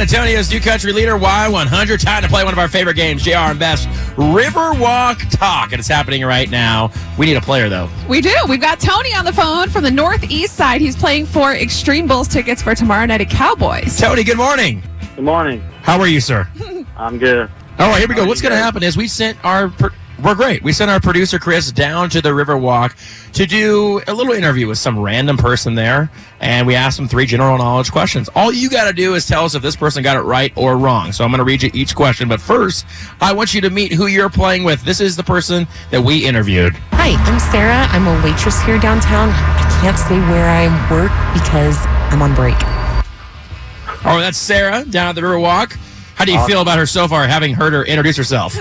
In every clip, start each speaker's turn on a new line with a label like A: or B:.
A: Antonio's new country leader, Y100. Time to play one of our favorite games, JR and Best Riverwalk Talk. And it's happening right now. We need a player, though.
B: We do. We've got Tony on the phone from the Northeast side. He's playing for Extreme Bulls tickets for tomorrow night at Cowboys.
A: Tony, good morning.
C: Good morning.
A: How are you, sir?
C: I'm good.
A: All right, here we
C: How
A: go.
C: are
A: What's
C: you
A: going to
C: guys?
A: happen is we sent our. Pr- we're great. We sent our producer Chris down to the Riverwalk to do a little interview with some random person there, and we asked them three general knowledge questions. All you got to do is tell us if this person got it right or wrong. So I'm going to read you each question, but first, I want you to meet who you're playing with. This is the person that we interviewed.
D: Hi, I'm Sarah. I'm a waitress here downtown. I can't say where I work because I'm on break.
A: All right, Oh, that's Sarah down at the Riverwalk. How do you feel about her so far, having heard her introduce herself?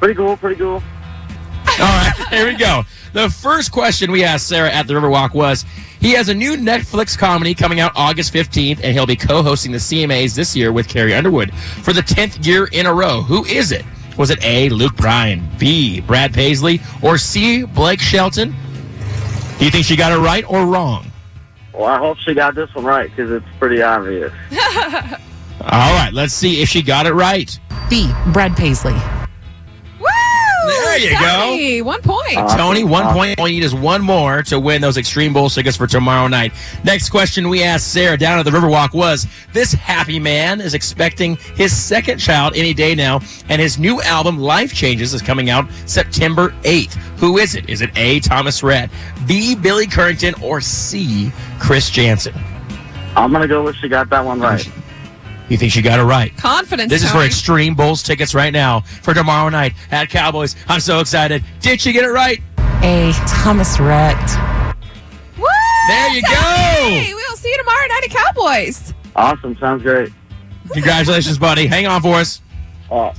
C: Pretty cool. Pretty cool.
A: All right, here we go. The first question we asked Sarah at the Riverwalk was He has a new Netflix comedy coming out August 15th, and he'll be co hosting the CMAs this year with Carrie Underwood for the 10th year in a row. Who is it? Was it A, Luke Bryan, B, Brad Paisley, or C, Blake Shelton? Do you think she got it right or wrong?
C: Well, I hope she got this one right because it's pretty obvious.
A: All right, let's see if she got it right.
D: B. Brad Paisley.
B: Woo!
A: There you
B: Tony, One point.
C: Uh,
A: Tony, one
C: Awesome.
A: point. All you need is one more to win those Extreme Bowl tickets for tomorrow night. Next question we asked Sarah down at the Riverwalk was This happy man is expecting his second child any day now, and his new album, Life Changes, is coming out September 8th. Who is it? Is it A, Thomas Rhett, B, Billy Currington, or C, Chris Jansen?
C: I'm gonna go with she got that one right.
A: You think she got it right?
B: Confidence.
A: This is for
B: Tony.
A: Extreme Bulls tickets right now for tomorrow night at Cowboys. I'm so excited. Did she get it right?
D: A. Thomas Rhett.
B: Woo!
A: There you
B: Tony,
A: go.
B: We will see you tomorrow night at Cowboys.
C: Awesome. Sounds great.
A: Congratulations, buddy. Hang on for us.
C: Uh,